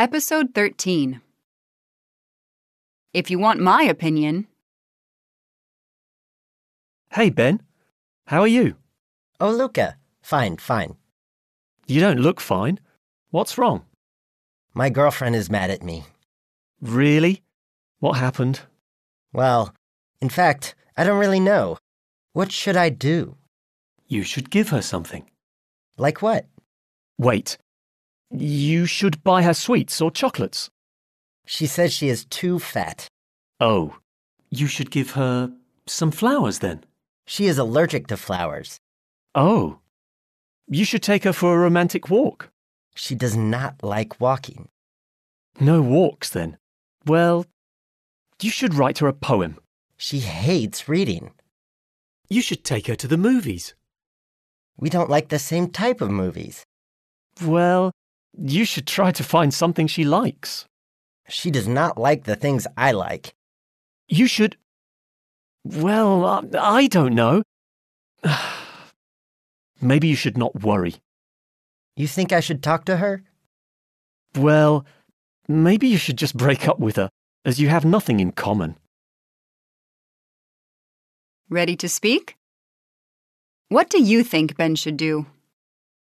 Episode 13. If you want my opinion, Hey Ben, how are you? Oh, Luca. Fine, fine. You don't look fine. What's wrong? My girlfriend is mad at me. Really? What happened? Well, in fact, I don't really know. What should I do? You should give her something. Like what? Wait. You should buy her sweets or chocolates. She says she is too fat. Oh. You should give her some flowers then. She is allergic to flowers. Oh. You should take her for a romantic walk. She does not like walking. No walks then. Well, you should write her a poem. She hates reading. You should take her to the movies. We don't like the same type of movies. Well, you should try to find something she likes. She does not like the things I like. You should. Well, I, I don't know. Maybe you should not worry. You think I should talk to her? Well, maybe you should just break up with her, as you have nothing in common. ready to speak? What do you think Ben should do?